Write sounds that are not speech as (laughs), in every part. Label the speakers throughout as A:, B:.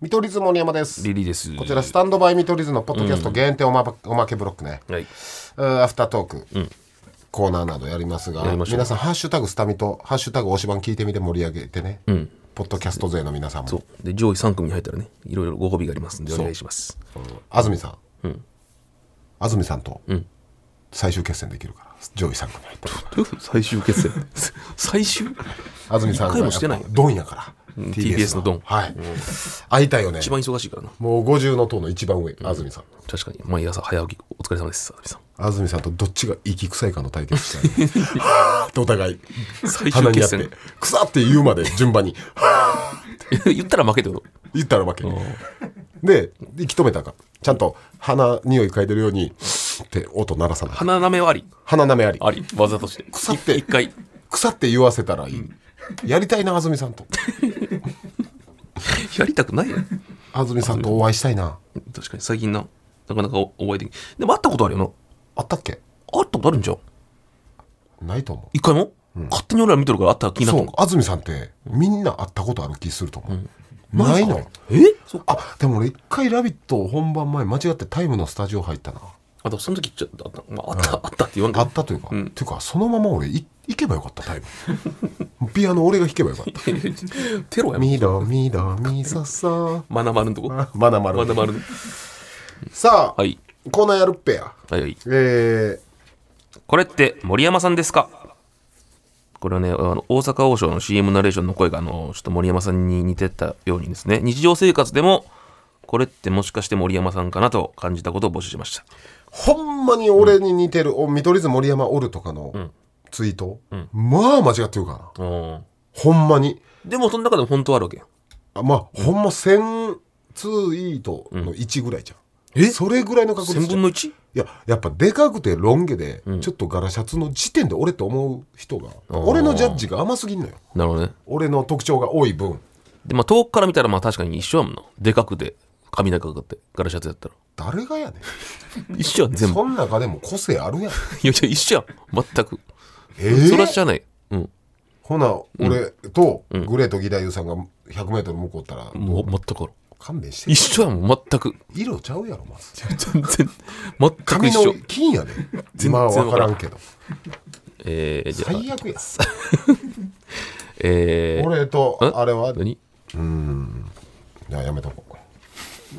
A: 見取り図森山です
B: リリーです。
A: こちらスタンドバイ見取り図のポッドキャスト限定おま,、おまけブロックね、
B: はい。
A: うんアフタートーク、コーナーなどやりますが
B: やりましょう
A: 皆さん「ハッシュタグスタミ」と「ハッシュタグ推し版」聞いてみて盛り上げてね、ポッドキャスト勢の皆さん
B: そ
A: も
B: う。で、上位3組に入ったらね、いろいろご褒美がありますんで、お願いします。
A: 安住さん、安住さんと最終決戦できるから上位3組入ったら
B: 最終決戦。 (laughs) 最終
A: 安住さん
B: 一
A: が
B: 回
A: や
B: も
A: っ
B: してない
A: ぱドンやから、
B: ん TBS のドン
A: はい、会いたいよね
B: 一番忙しいからな。
A: もう50の塔の一番上、安住さん
B: 確かに、毎朝早起き、お疲れ様です、佐々木さん。
A: 安住さんとどっちが息臭いかの対決したい、ね、は
B: (laughs)
A: ぁってお互い
B: 最
A: 鼻
B: 終
A: にや
B: 決
A: って
B: 戦。
A: 臭って言うまで順
B: (laughs)
A: 番にはぁ
B: 言ったら負けってこと。
A: 言ったら負けで息止めたらあかんちゃんと鼻匂い嗅いでるようにって音鳴らさない
B: 鼻なめはあり。
A: 鼻なめあり
B: あり。技として。
A: 腐って
B: 一回。
A: 腐って言わせたらいい、やりたいな安住さ
B: (laughs)
A: んと
B: やりたくないよ。
A: 安住さんとお会いしたいな
B: 確かに、最近な。なかなかお覚えてきでも会ったことあるよな。
A: あったっけ
B: 会ったことあるんじゃん。
A: ないと思う
B: 一回も勝手に俺ら見てるから会ったら気にな
A: そ
B: った
A: う
B: のか。
A: 安住さんってみんな会ったことある気すると思う、ないの
B: えそっか。
A: あでも俺一回「ラビット!」本番前間違ってタイムのスタジオ入ったな
B: あと、その時ちょっとあった、まあ、あった、あったって言わん
A: あ
B: か
A: ったというか、っていうかそのまま俺い行けばよかったタイムピアノ俺が弾けばよかった
B: (laughs) テロ
A: 「
B: やもん。
A: みろみろみそそ
B: マナマルんとこ。」
A: まだま
B: マナマ
A: る
B: ルの。
A: さあ、
B: はい。
A: コーナーやるっぺや
B: はいはい。
A: えー、
B: これって森山さんですかこれはね、あの大阪王将の CM ナレーションの声が、あの、ちょっと森山さんに似てたようにですね、日常生活でも、これってもしかして森山さんかなと感じたことを募集しました。
A: ほんまに俺に似てる、お見取り図森山おるとかのツイート、まあ間違ってるからな
B: うん
A: ほんまに
B: でも、その中でも本当はあるわけよ。
A: あまあほんま1000ツイートの1ぐらいじゃん、
B: え
A: それぐらいの確率
B: 1000
A: じゃ
B: 分
A: ん
B: の 1?
A: いややっぱでかくてロン毛で、ちょっとガラシャツの時点で俺と思う人が俺のジャッジが甘すぎんのよ
B: なるほどね。
A: 俺の特徴が多い分
B: で、まあ、遠くから見たら、まあ、確かに一緒やもんな。でかくて、髪長くて、ガラシャツやったら。
A: 誰がやねん
B: 一緒やん、全部。
A: そん中でも個性ある
B: (laughs)
A: やん
B: いやいや、一緒やん。全く。
A: えー
B: それは知らない。うん。
A: ほな俺とグレート義太夫さんが 100m 向こうおったら
B: もう、全くある。
A: 勘弁して
B: 一緒やもん、全く。
A: 色ちゃうやろまず
B: 全然、全く
A: 髪
B: 一緒
A: の。金やでまあ分からんけど
B: えー、じゃあ、
A: 最悪や
B: えー、
A: 俺と
B: え
A: あれは
B: 何
A: いややめとこ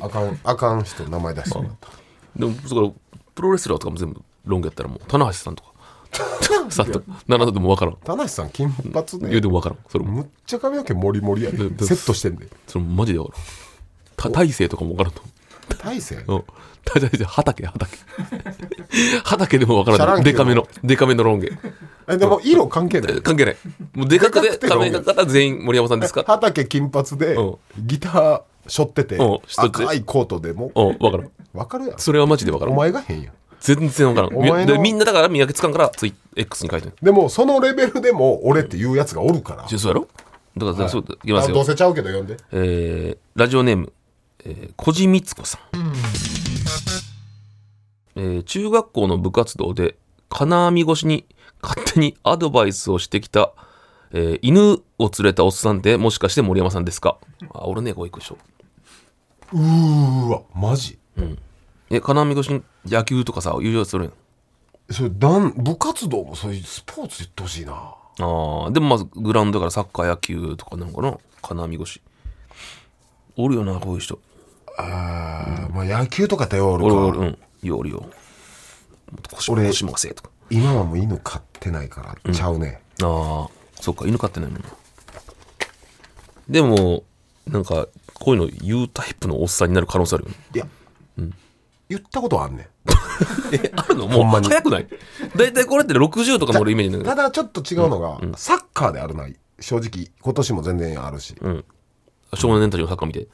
A: うあかんあかん人名前出しても
B: (laughs)
A: らった
B: でも、そこから、プロレスラーとかも全部ロン毛やったら、もう、棚橋さんとか、さっと、七田でも分からん。
A: 田無さん金髪
B: 言う
A: で
B: でも分からん。それも、
A: むっちゃ髪の毛モリモリやでセ
B: で
A: ットしてんで
B: それもマジで分からん。た体勢とかも分からんと
A: 大勢
B: 思う。うん。大体、畑、畑。 (laughs) 畑でも分
A: シャ
B: から
A: ラ
B: ん。
A: ンキュー
B: でかめの、でかめのロン毛。
A: えでも色関係ない
B: 関係ない。もう、でかく
A: でかくて
B: て、
A: ロン毛
B: 髪の方全員森山さんですか
A: 畑金髪で
B: うん
A: ギター背負ってて
B: うん背負って
A: 赤いコートでも
B: うん、分からん。
A: わかるやん
B: それはマジで分から
A: お
B: ん。
A: 前が変やん
B: 全然分からん
A: お前
B: み。
A: の
B: でみんなだから見分けつかんから、ツイ X に書いてる。
A: でもそのレベルでも俺っていうやつがおるから
B: じゃあそうやろだから、そう、いきま
A: あ
B: すよ
A: どう。せちゃうけど呼んで
B: えーラジオネーム、えー、小路光子さん、えー中学校の部活動で金網越しに勝手にアドバイスをしてきた、えー犬を連れたおっさんってもしかして森山さんですかあ俺ねご一緒でしょ
A: うーわマジ
B: え金網越しに野球とかさ優勝するやん
A: それ団部活動もそういうスポーツ言ってほしいな
B: あーでもまずグラウンドからサッカー野球とかなんかな金網越しおるよなこういう人
A: あーまあ野球とかだよ
B: おるお
A: 俺
B: る
A: か
B: うんよおるよ腰
A: 俺
B: 腰もせえとか
A: 今はもう犬飼ってないからちゃうね
B: ああそっか犬飼ってないもんなでもなんかこういうの言うタイプのおっさんになる可能性あるよね
A: いや言ったことはあんねん
B: えあるの
A: ほん
B: も
A: ま
B: う
A: に
B: 早くない大体これって60とかの俺イメージなんだ
A: た
B: け
A: だちょっと違うのが、サッカーであるな正直今年も全然あるし、
B: ど少年たちのサッカー見て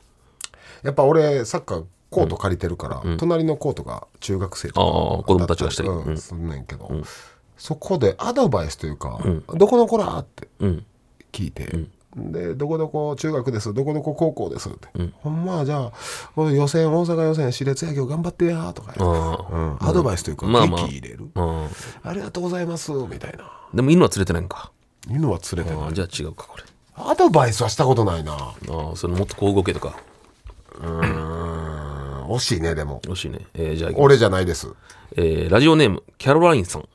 A: やっぱ俺サッカーコート借りてるから、隣のコートが中学生とか
B: ああ子供たちがしたり
A: うん
B: うん
A: すんねんけど、そこでアドバイスというか「どこの子ら?」って
B: うん
A: 聞いて、で「どこどこ中学ですどこどこ高校です」って「ほんまじゃあこの予選大阪予選私立野球頑張ってや」とか言って、
B: あ
A: うんアドバイスというか「
B: まあまあ
A: 息入れる、
B: ああ
A: ありがとうございます」みたいな
B: あでも犬は連れてないんか
A: いうのは連れて
B: あ
A: ない
B: あじゃあ違うかこれ
A: アドバイスはしたことないな
B: ああそれもっとこう動けとか
A: うーん惜しいねでも
B: 惜しいね。えーじゃあ、
A: 俺じゃないです
B: えーラジオネームキャロラインさん、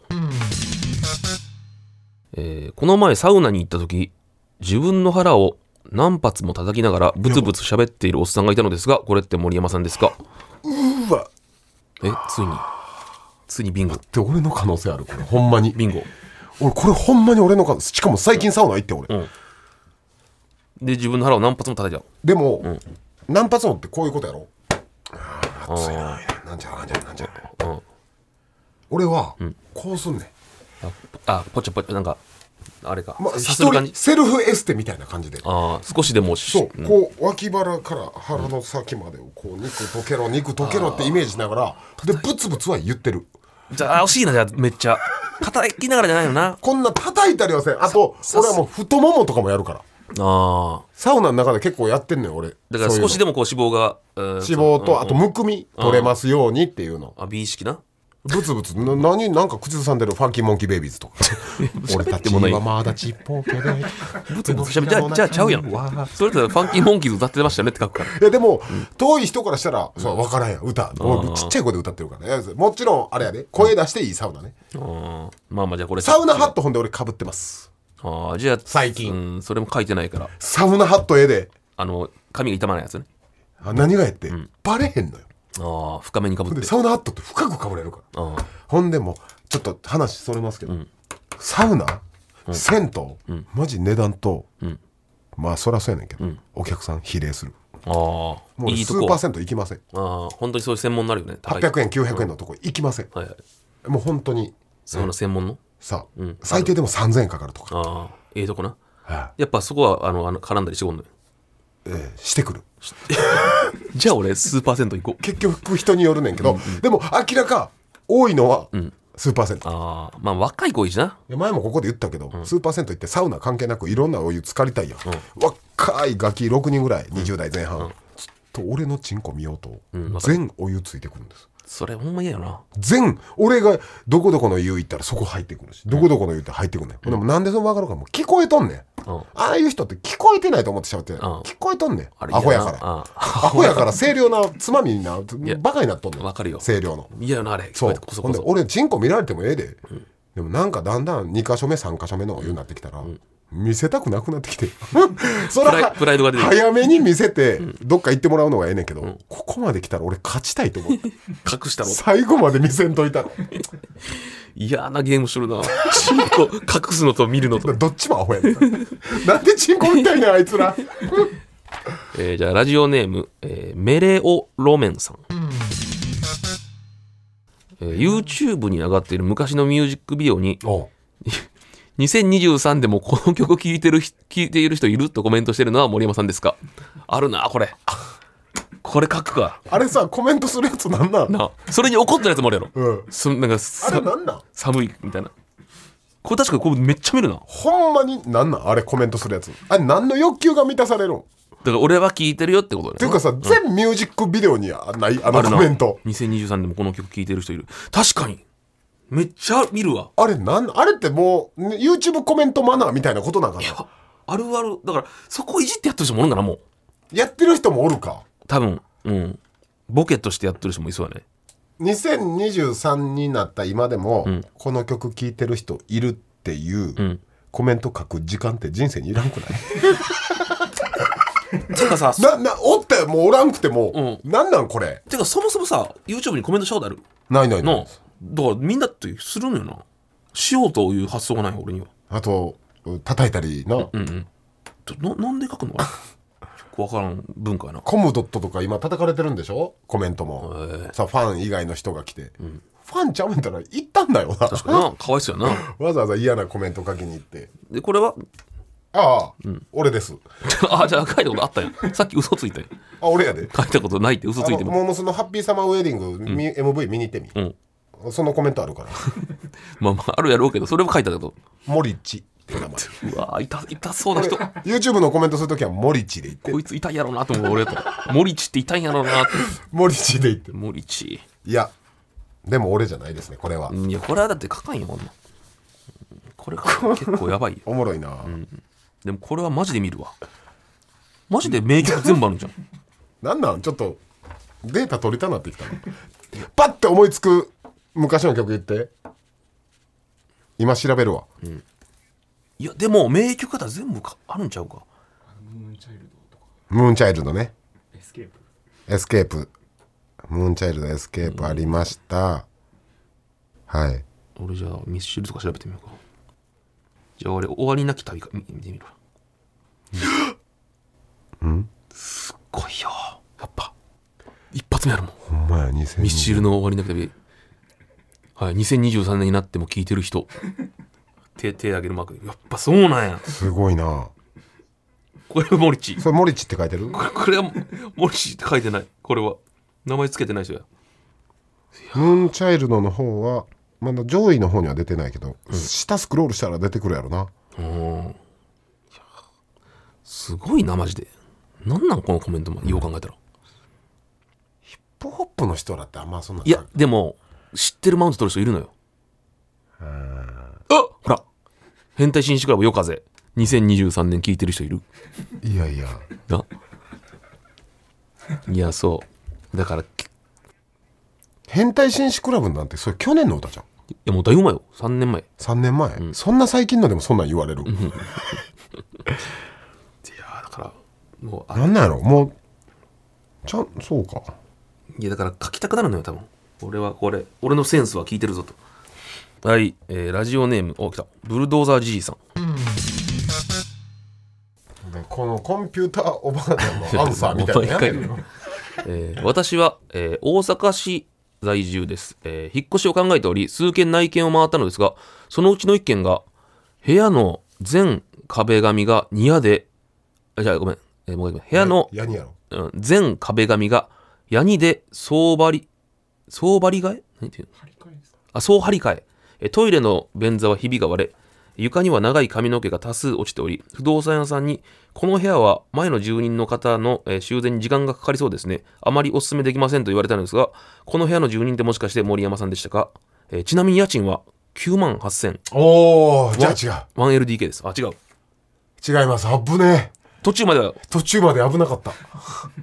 B: えーこの前サウナに行った時自分の腹を何発も叩きながらブツブツ喋っているおっさんがいたのですがこれって森山さんですか
A: うわ
B: えついについにビンゴ
A: って俺の可能性あるこれほんまに
B: ビンゴ
A: 俺これほんまに俺の可能しかも最近サウナ行って俺、
B: で自分の腹を何発も叩いた
A: でも、何発もってこういうことやろあー熱いななんちゃらなんちゃらなんちゃら、
B: うん
A: 俺はこうすんねん、
B: あポチャポチャなんかあれか、
A: まあ、
B: さ
A: 一
B: さする感
A: 人
B: じ
A: セルフエステみたいな感じで
B: あー少しでもし
A: そう、
B: うん
A: こう脇腹から腹の先までをこう肉溶けろ肉溶けろってイメージしながらでブツブツは言ってる
B: じゃああ惜しいなじゃあめっちゃ叩きながらじゃない
A: (laughs)
B: よな
A: こんな叩いたりはせんあと俺はもう太ももとかもやるから
B: あ
A: サウナの中で結構やってんのよ俺
B: ーだから少し
A: で
B: でもこう脂肪がうん
A: 脂肪とあとむくみ取れますようにっていうの
B: あ美意識な
A: ブツブツな何なんか口ずさんでるファンキーモンキーベイビーズと
B: (laughs)
A: か俺たちはまだちっぽけでブ
B: ちょっと喋じゃあ、じゃあちゃうやん。それだったらファンキーモンキーズ歌ってましたよねって書くから。
A: いやでも、遠い人からしたら、そう分からんやん歌俺ちっちゃい声で歌ってるからねもちろんあれやで声出していいサウナね
B: うんまあまあ、じゃあこれ。
A: サウナハットほんで俺かぶってます
B: ああ、じゃあ、
A: 最近
B: うん、それも書いてないから。
A: サウナハット絵で
B: あの、髪が傷まないやつね。
A: あ何がやって、バレへんのよ
B: ああ、深めにかぶっ
A: で
B: て。
A: サウナハットって深くかぶれるから
B: ああ
A: ほんでもうちょっと話それますけど、サウナ、銭湯、マジ値段と、まあそりゃそうやねんけど、お客さん比例する
B: ああ、
A: もう
B: いい
A: 数
B: と
A: パ
B: こ
A: ー。セント行きません
B: ああ、本当にそういう専門になるよね。高い。はい
A: 800円900円のとこ行きません、
B: はい。
A: もう本当に
B: サウナ専門の。
A: さ、最低でも3000円かかるとか、
B: ああ、ええとこな。
A: は
B: やっぱそこは、あの、あの絡んだりしてこんのよ。
A: いえーしてくる
B: じゃあ俺、数パーセント行こう。
A: 結局人によるねんけど、でも明らか多いのは数パーセント、
B: ああ、まあ若い子いいしな。
A: いや前もここで言ったけど、数パーセント行ってサウナ関係なくいろんなお湯浸かりたいやん、若いガキ6人ぐらい20代前半、ずっと俺のチンコ見ようと、
B: んわか
A: 全お湯ついてくるんです
B: それほんま嫌よな。
A: 全俺がどこどこの湯行ったらそこ入ってくるしどこどこの湯って入ってくるねん、でもなんでそう分かるかもう聞こえとんねん、
B: うん
A: ああいう人って聞こえてないと思って喋ってる、
B: ん
A: 聞こえとんねん
B: あれ
A: アホやから
B: 嫌なうん
A: アホやから清涼なつまみになバカになっとんねん
B: わかるよ
A: 清涼の
B: 嫌よな、あれ。
A: そう
B: こそ
A: ほん
B: こ
A: で
B: そ。
A: 俺チンコ見られてもええで、でもなんかだんだん2箇所目3箇所目のお湯になってきたら、見せたくなくなってき
B: (laughs)
A: てそ
B: プライプライドが出てくる
A: 早めに見せてどっか行ってもらうのがええねんけど、ここまで来たら俺勝ちたいと思って
B: 隠したの。
A: 最後まで見せんといたら
B: 嫌なゲームしとるな。 (laughs) チンコ隠すのと見るのと。
A: どっちもアホやねんなんでチンコみたいねんあいつら
B: えーじゃあラジオネーム、えーメレオロメンさん、えー YouTube に上がっている昔のミュージックビデオに
A: おう
B: 2023でもこの曲聴いてる人聴いている人いるとコメントしてるのは森山さんですかあるなこれ (laughs) これ書くか
A: あれさコメントするやつなんなん
B: なあそれに怒ってるやつもあるやろ、
A: うん
B: そなんか
A: あ
B: さ
A: れなんなん
B: 寒いみたいなこれ確かにこれめっちゃ見るなだ
A: ほんまになんなんあれコメントするやつあれ何の欲求が満たされるんっ
B: から俺は聴いてるよってこと
A: てい
B: だ
A: う
B: よね
A: かさ、全ミュージックビデオにはないあのコメント
B: 2023でもこの曲聴いてる人いる確かにめっちゃ見るわ
A: あれなんあれってもうね YouTube コメントマナーみたいなことなんかなや
B: ああるあるだからそこいじってやってる人もおるんかなもう
A: ってる人もおるか
B: 多分うんボケとしてやってる人もいそうやね
A: 2023になった今でも、この曲聴いてる人いるっていう、コメント書く時間って人生にいらん (laughs) くない
B: てかさ
A: (laughs)
B: そ
A: ななおってもうおらんくても、
B: う
A: なんなんこれ
B: てかそもそもさ YouTube にコメントしたことある
A: ないないない
B: のだからみんなってするのよなしようという発想がない俺には
A: あとう叩いたりな、
B: ちょななんで書くのかなよくわからん文化やな
A: コムドットとか今叩かれてるんでしょコメントも、さファン以外の人が来て、ファンちゃうんたら行ったんだよな
B: 確かになかわいそうやな
A: (laughs) わざわざ嫌なコメント書きに行って
B: でこれは (laughs)
A: ああ、俺です
B: あじゃあ書いたことあったやんさっき嘘ついたやん
A: あ俺やで
B: 書いたことないって嘘ついて
A: あの
B: も
A: モームスのハッピーサマーウェディング、み MV 見に行ってみ、
B: ん
A: そのコメントあ
B: (laughs)
A: るから
B: まあまああるやろうけどそれも書いたけど
A: モリッチって名前
B: うわー痛痛そう
A: (laughs)
B: な人
A: YouTube のコメントするときはモリッチで言って
B: こいつ痛いやろうなと思う俺とモリチって痛いんやろうなって
A: モリッチで言って
B: モリチ
A: いやでも俺じゃないですねこれは、
B: いやこれはだって書かんよこんなんこれ書かん結構やばいよ
A: おもろいな、
B: でもこれはマジで見るわマジで名曲全部あるじゃん
A: なんなんちょっとデータ取りたなってきたのパッて思いつく昔の曲言って今調べるわ、
B: いやでも名曲方全部かあるんちゃうか
C: ムーンチャイルドとか
A: ムーンチャイルドね
C: エスケープ
A: エスケープムーンチャイルドエスケープありました、はい
B: 俺じゃあミスチルとか調べてみようかじゃあ俺終わりなき旅か見見てみるわうんすっごいよやっぱ一発目あるもん
A: ほんまや2000
B: ミスチルの終わりなき旅はい2023年になっても聴いてる人手手挙げるマークやっぱそうなんや
A: すごいな
B: これはモリッチ
A: それモリッチって書いてるム
B: これこれはモリッチって書いてないこれは名前つけてない人や
A: ーンチャイルドの方はまだ上位の方には出てないけど、下スクロールしたら出てくるやろな
B: すごいなマジでなんなんこのコメントもよう考えたら
A: ヒップホップの人らってあんまそんない
B: やでも知ってるマウント取る人いるのよあほら変態紳士クラブ夜風2023年聞いてる人いる
A: いやいや
B: ないやそうだからきい
A: 変態紳士クラブなんてそれ去年の歌じゃん
B: やもうだいぶ前よ3年前
A: 3年前、そんな最近のでもそんなん言われる、
B: いやーだからもうあ
A: なんなんやろもうちゃんそうか
B: いやだから書きたくなるのよ多分俺はこれ俺のセンスは聞いてるぞとはい、えーラジオネームお来たブルドーザーじいさん
A: でこのコンピューターおばあちゃんのアンサーみたいなのやめるよ
B: えー私は、えー大阪市在住です、えー引っ越しを考えており数件内見を回ったのですがそのうちの1件が部屋の全壁紙が庭であじゃあごめん、えーもう一回部屋の
A: やにやろ
B: うん全壁紙がヤニで総張り総張り替え何ていうの
C: 張り替えですか
B: あ、そう張り替ええ。トイレの便座はひびが割れ、床には長い髪の毛が多数落ちており、不動産屋さんに、この部屋は前の住人の方の、えー修繕に時間がかかりそうですね。あまりお勧めできませんと言われたのですが、この部屋の住人ってもしかして森山さんでしたか、えーちなみに家賃は9万8000。
A: おおじゃ
B: 1LDK です。あ、違う。
A: 違う違います危ねえ
B: 途中までは、
A: 途中まで危なかった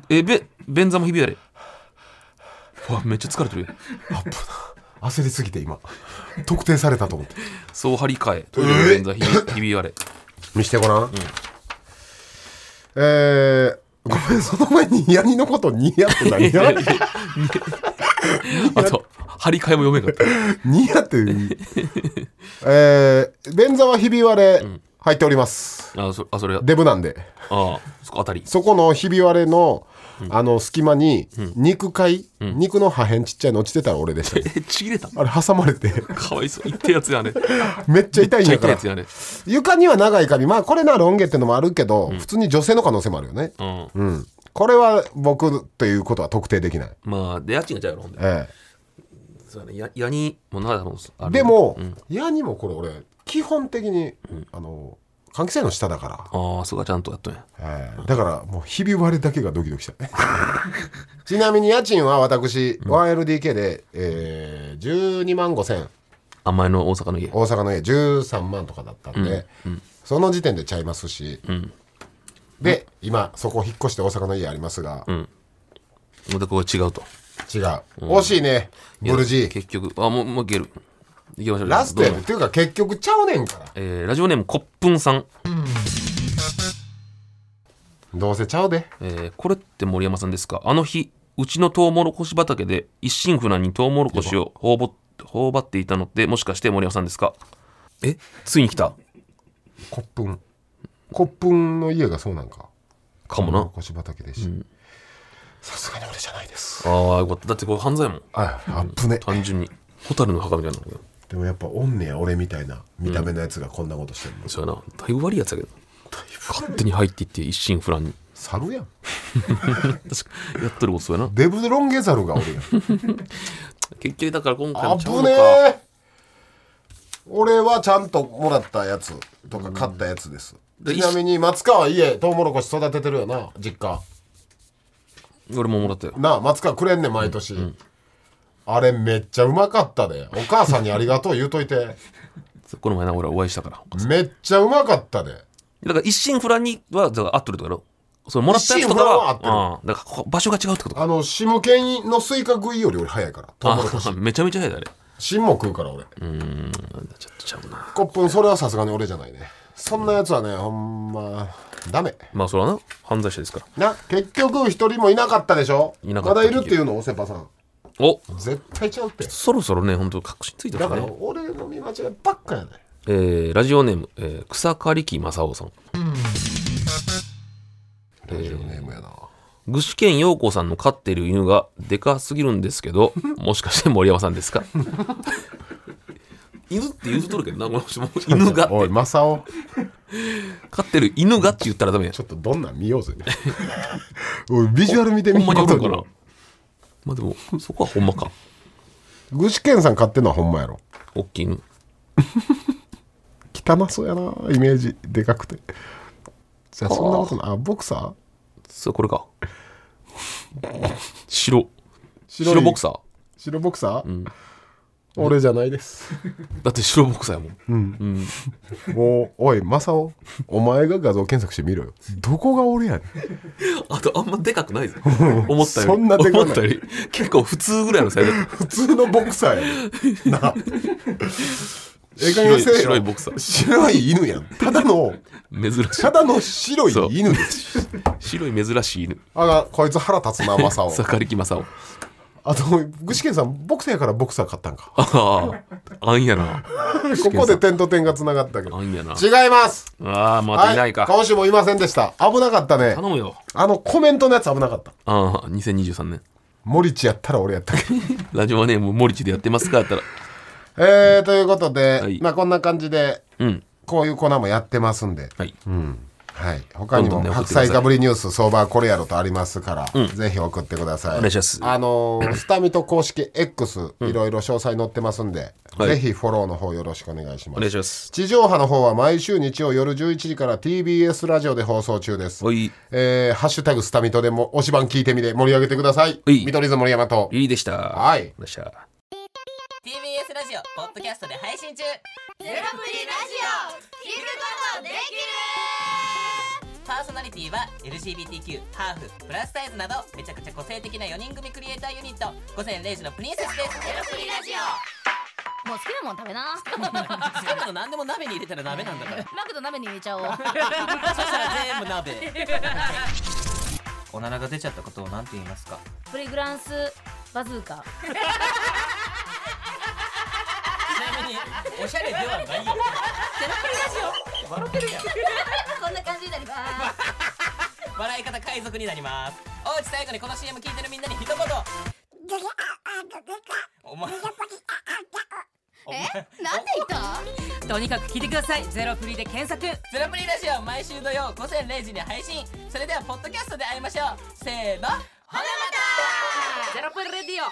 B: えーべ、便座もひび割れ。うわ、めっちゃ疲れてる。
A: 焦りすぎて今特定されたと思って
B: そう張り替え。トイレの便座ひびひび割れ。
A: (laughs) 見してごらん、えーごめんその前にヤニのことニヤって (laughs) 何や
B: あと、張り替えも読めなかった。
A: ニヤって (laughs) えー、便座はひび割れ入っております、
B: あ、そあそれ、あ
A: デブなんで
B: あ、そこ当たり。
A: そこのひび割れの、あの隙間に肉塊、肉の破片ちっちゃいの落ちてたら俺でした、ね、 (laughs)
B: えちぎれた
A: あれ挟まれて (laughs)
B: かわいそう痛いやつやね
A: めっちゃ痛いん
B: 痛い
A: やから
B: やつやね
A: 床には長い髪まあこれなロン毛ってのもあるけど、普通に女性の可能性もあるよね、
B: うん
A: うん、これは僕ということは特定できない、
B: まあで家賃がちゃうやろほんで
A: え
B: そうやねやヤニもなだろ
A: え、
B: う
A: でも、矢にもこれ俺基本的に、あの換気扇の下だか
B: ああそこはちゃんとやっとんや
A: ら、ええだからもうひび割れだけがドキドキした (laughs) ちなみに家賃は私 1LDK で、えー、12万5千
B: あ前の大阪の家
A: 大阪の家13万とかだったんで、その時点でちゃいますし、で今そこ引っ越して大阪の家ありますが、
B: またここが違うと
A: 違う、惜しいねブルジー
B: 結局あもうもういけるいきましょう
A: ラストや
B: ど
A: ね
B: うぞ
A: っていうか結局ちゃうねんから
B: えーラジオネームコップンさん、
A: どうせちゃうで
B: えーこれって森山さんですかあの日うちのトウモロコシ畑で一心不乱にトウモロコシを頬ぼ頬張っていたのってもしかして森山さんですかえついに来た
A: コップンコップンの家がそうなんか
B: かもな
A: 腰畑でしさすがに俺じゃないです
B: ああよかっただってこれ犯罪やもん
A: ああっぶね
B: 単純に蛍の墓みたいなのよ
A: でもやっぱおんねや俺みたいな見た目のやつがこんなことしてるの、
B: そうやなだいぶ悪いやつやけど勝手に入っていって一心不乱に
A: 猿やん
B: 確かやっとることそうやな
A: デブロンゲザルがお (laughs) るやん
B: 結局だから今回
A: あ
B: もちゃう
A: ぶ
B: の
A: ね
B: か
A: え俺はちゃんともらったやつとか買ったやつです、
B: で
A: ちなみに松川家トウモロコシ育ててるよな実家
B: 俺ももらったよ
A: なあ松川くれんねん毎年、あれめっちゃうまかったでお母さんにありがとう言うとい (laughs) て
B: この前な俺はお会いしたから
A: めっちゃうまかったで
B: だから一心不乱にはだから合っとるとかやろそれもらったやつとか
A: 一心不乱は
B: は、うん、だからここ場所が違うってことか。
A: あの、シムケンのスイカ食いより俺早いから。トウモロコシ
B: あ。めちゃめちゃ早いだ、あれ。
A: 芯も食うから俺。
B: うーん、ちょっとちゃうな。
A: コップン、それはさすがに俺じゃないね。そんなやつはね、ほんま、ダメ。
B: まあ、それはな、犯罪者ですから。
A: な、結局一人もいなかったでしょ
B: いなかった
A: まだいるっていうの、おせぱさん。
B: お
A: 絶対ちゃうって。
B: そろそろね、本当確信ついてま
A: だ
B: す
A: から
B: ね。
A: 俺の見間違いばっかやね。
B: えー、ラジオネーム、えー、草刈木正雄さん。
A: ラジオネームやな。
B: 具志堅陽子さんの飼っている犬がでかすぎるんですけ (laughs) ど、もしかして森山さんですか (laughs) 犬って言うとるけ (laughs) どな、この人も犬が
A: おい、マサオ、
B: 飼ってる犬がって言ったらダメや
A: ち。ょっとどんなん見ようぜ。 (laughs) おい、ビジュアル見てみ
B: ほんまにおるん (laughs) かな。まあでも、そこはほんまか。
A: 具志堅さん買ってんのはほんまやろ。
B: 大きい犬。
A: 汚そうやな、イメージ、でかくて。じゃあ、そんなことない。あ、ボクサ
B: そう、これ (laughs) か。白。
A: ー白い
B: 白ボクサー
A: 白ボクサー、俺じゃないです。
B: だって白ボクサーやもん。
A: もう、おい、マサオ、お前が画像検索してみろよ。どこが俺やねん。
B: あと、あんまでか
A: (laughs)
B: くないぞ。思ったより。
A: そんなでかない
B: 思ったより。結構普通ぐらいのサイズだった。
A: 普通のボクサーやねん。なあ。ええ加
B: 白
A: 減
B: い
A: せえよ
B: 白いボクサー。
A: 白い犬やん。ただの、
B: 珍しい。
A: ただの白い犬です。
B: 白い珍しい犬。
A: あが、こいつ腹立つな、マサオ。
B: 草刈木正雄。
A: あと、具志堅さん、ボクサーやからボクサー買ったんか。
B: ああ、あんやな。
A: ここで点と点がつながったけど。
B: あんやな。
A: 違います
B: ああ、またいないか。
A: 今週もいませんでした。危なかったね。
B: 頼むよ。
A: あの、コメントのやつ危なかった。
B: ああ、2023年。
A: モリチやったら俺やったけど。
B: ラジオネーム、森地でやってますかやったら。
A: えー、ということで、
B: はい
A: まあこんな感じで、
B: うん。
A: こういうコーナーもやってますんで。
B: はい。
A: はい。他に
B: どん
A: も、
B: どんね
A: 白
B: 送ってください
A: 菜かぶりニュース、相場はこれやろとありますから、ぜひ送ってください。
B: お願いします
A: あのー、スタミト公式 X、いろいろ詳細載ってますんで、
B: はい
A: ぜひフォローの方よろしくお願いし
B: お
A: ます
B: 願い。します。
A: 地上波の方は毎週日曜夜11時から TBS ラジオで放送中です。
B: おい、
A: えー、ハッシュタグスタミトでも推し版聞いてみて盛り上げてください。
B: おい
A: 見取り図森山と。
B: いいでした。は
A: はい。
B: でした。
D: TBS ラジオポッドキャストで配信中ゼロプリラジオ聞くことできるパーソナリティは LGBTQ ハーフプラスサイズなどめちゃくちゃ個性的な4人組クリエイターユニット午前0時のプリンセスですゼロプリラジ
E: もう好きなもん食べな
D: オ好きなの何でも鍋に入れたら鍋なんだ (laughs) から
E: (laughs) マクド鍋に入れちゃおう
D: そしたら全部鍋おならが出ちゃったことを何て言いますか
E: プリグランスバズーカ
D: ちなみにおしゃれではないよゼロプリラジオ笑ってるやん
E: (laughs) こんな感じになります
D: 笑い方海賊になりますおうち最後にこの CM 聞いてるみんなに一言お前
E: えなんで言ったとにかく聞いてくださいゼロプリで検索
D: ゼロプリラジオ毎週土曜午前0時に配信それではポッドキャストで会いましょうせーのほなまた
E: ゼロプリレディオ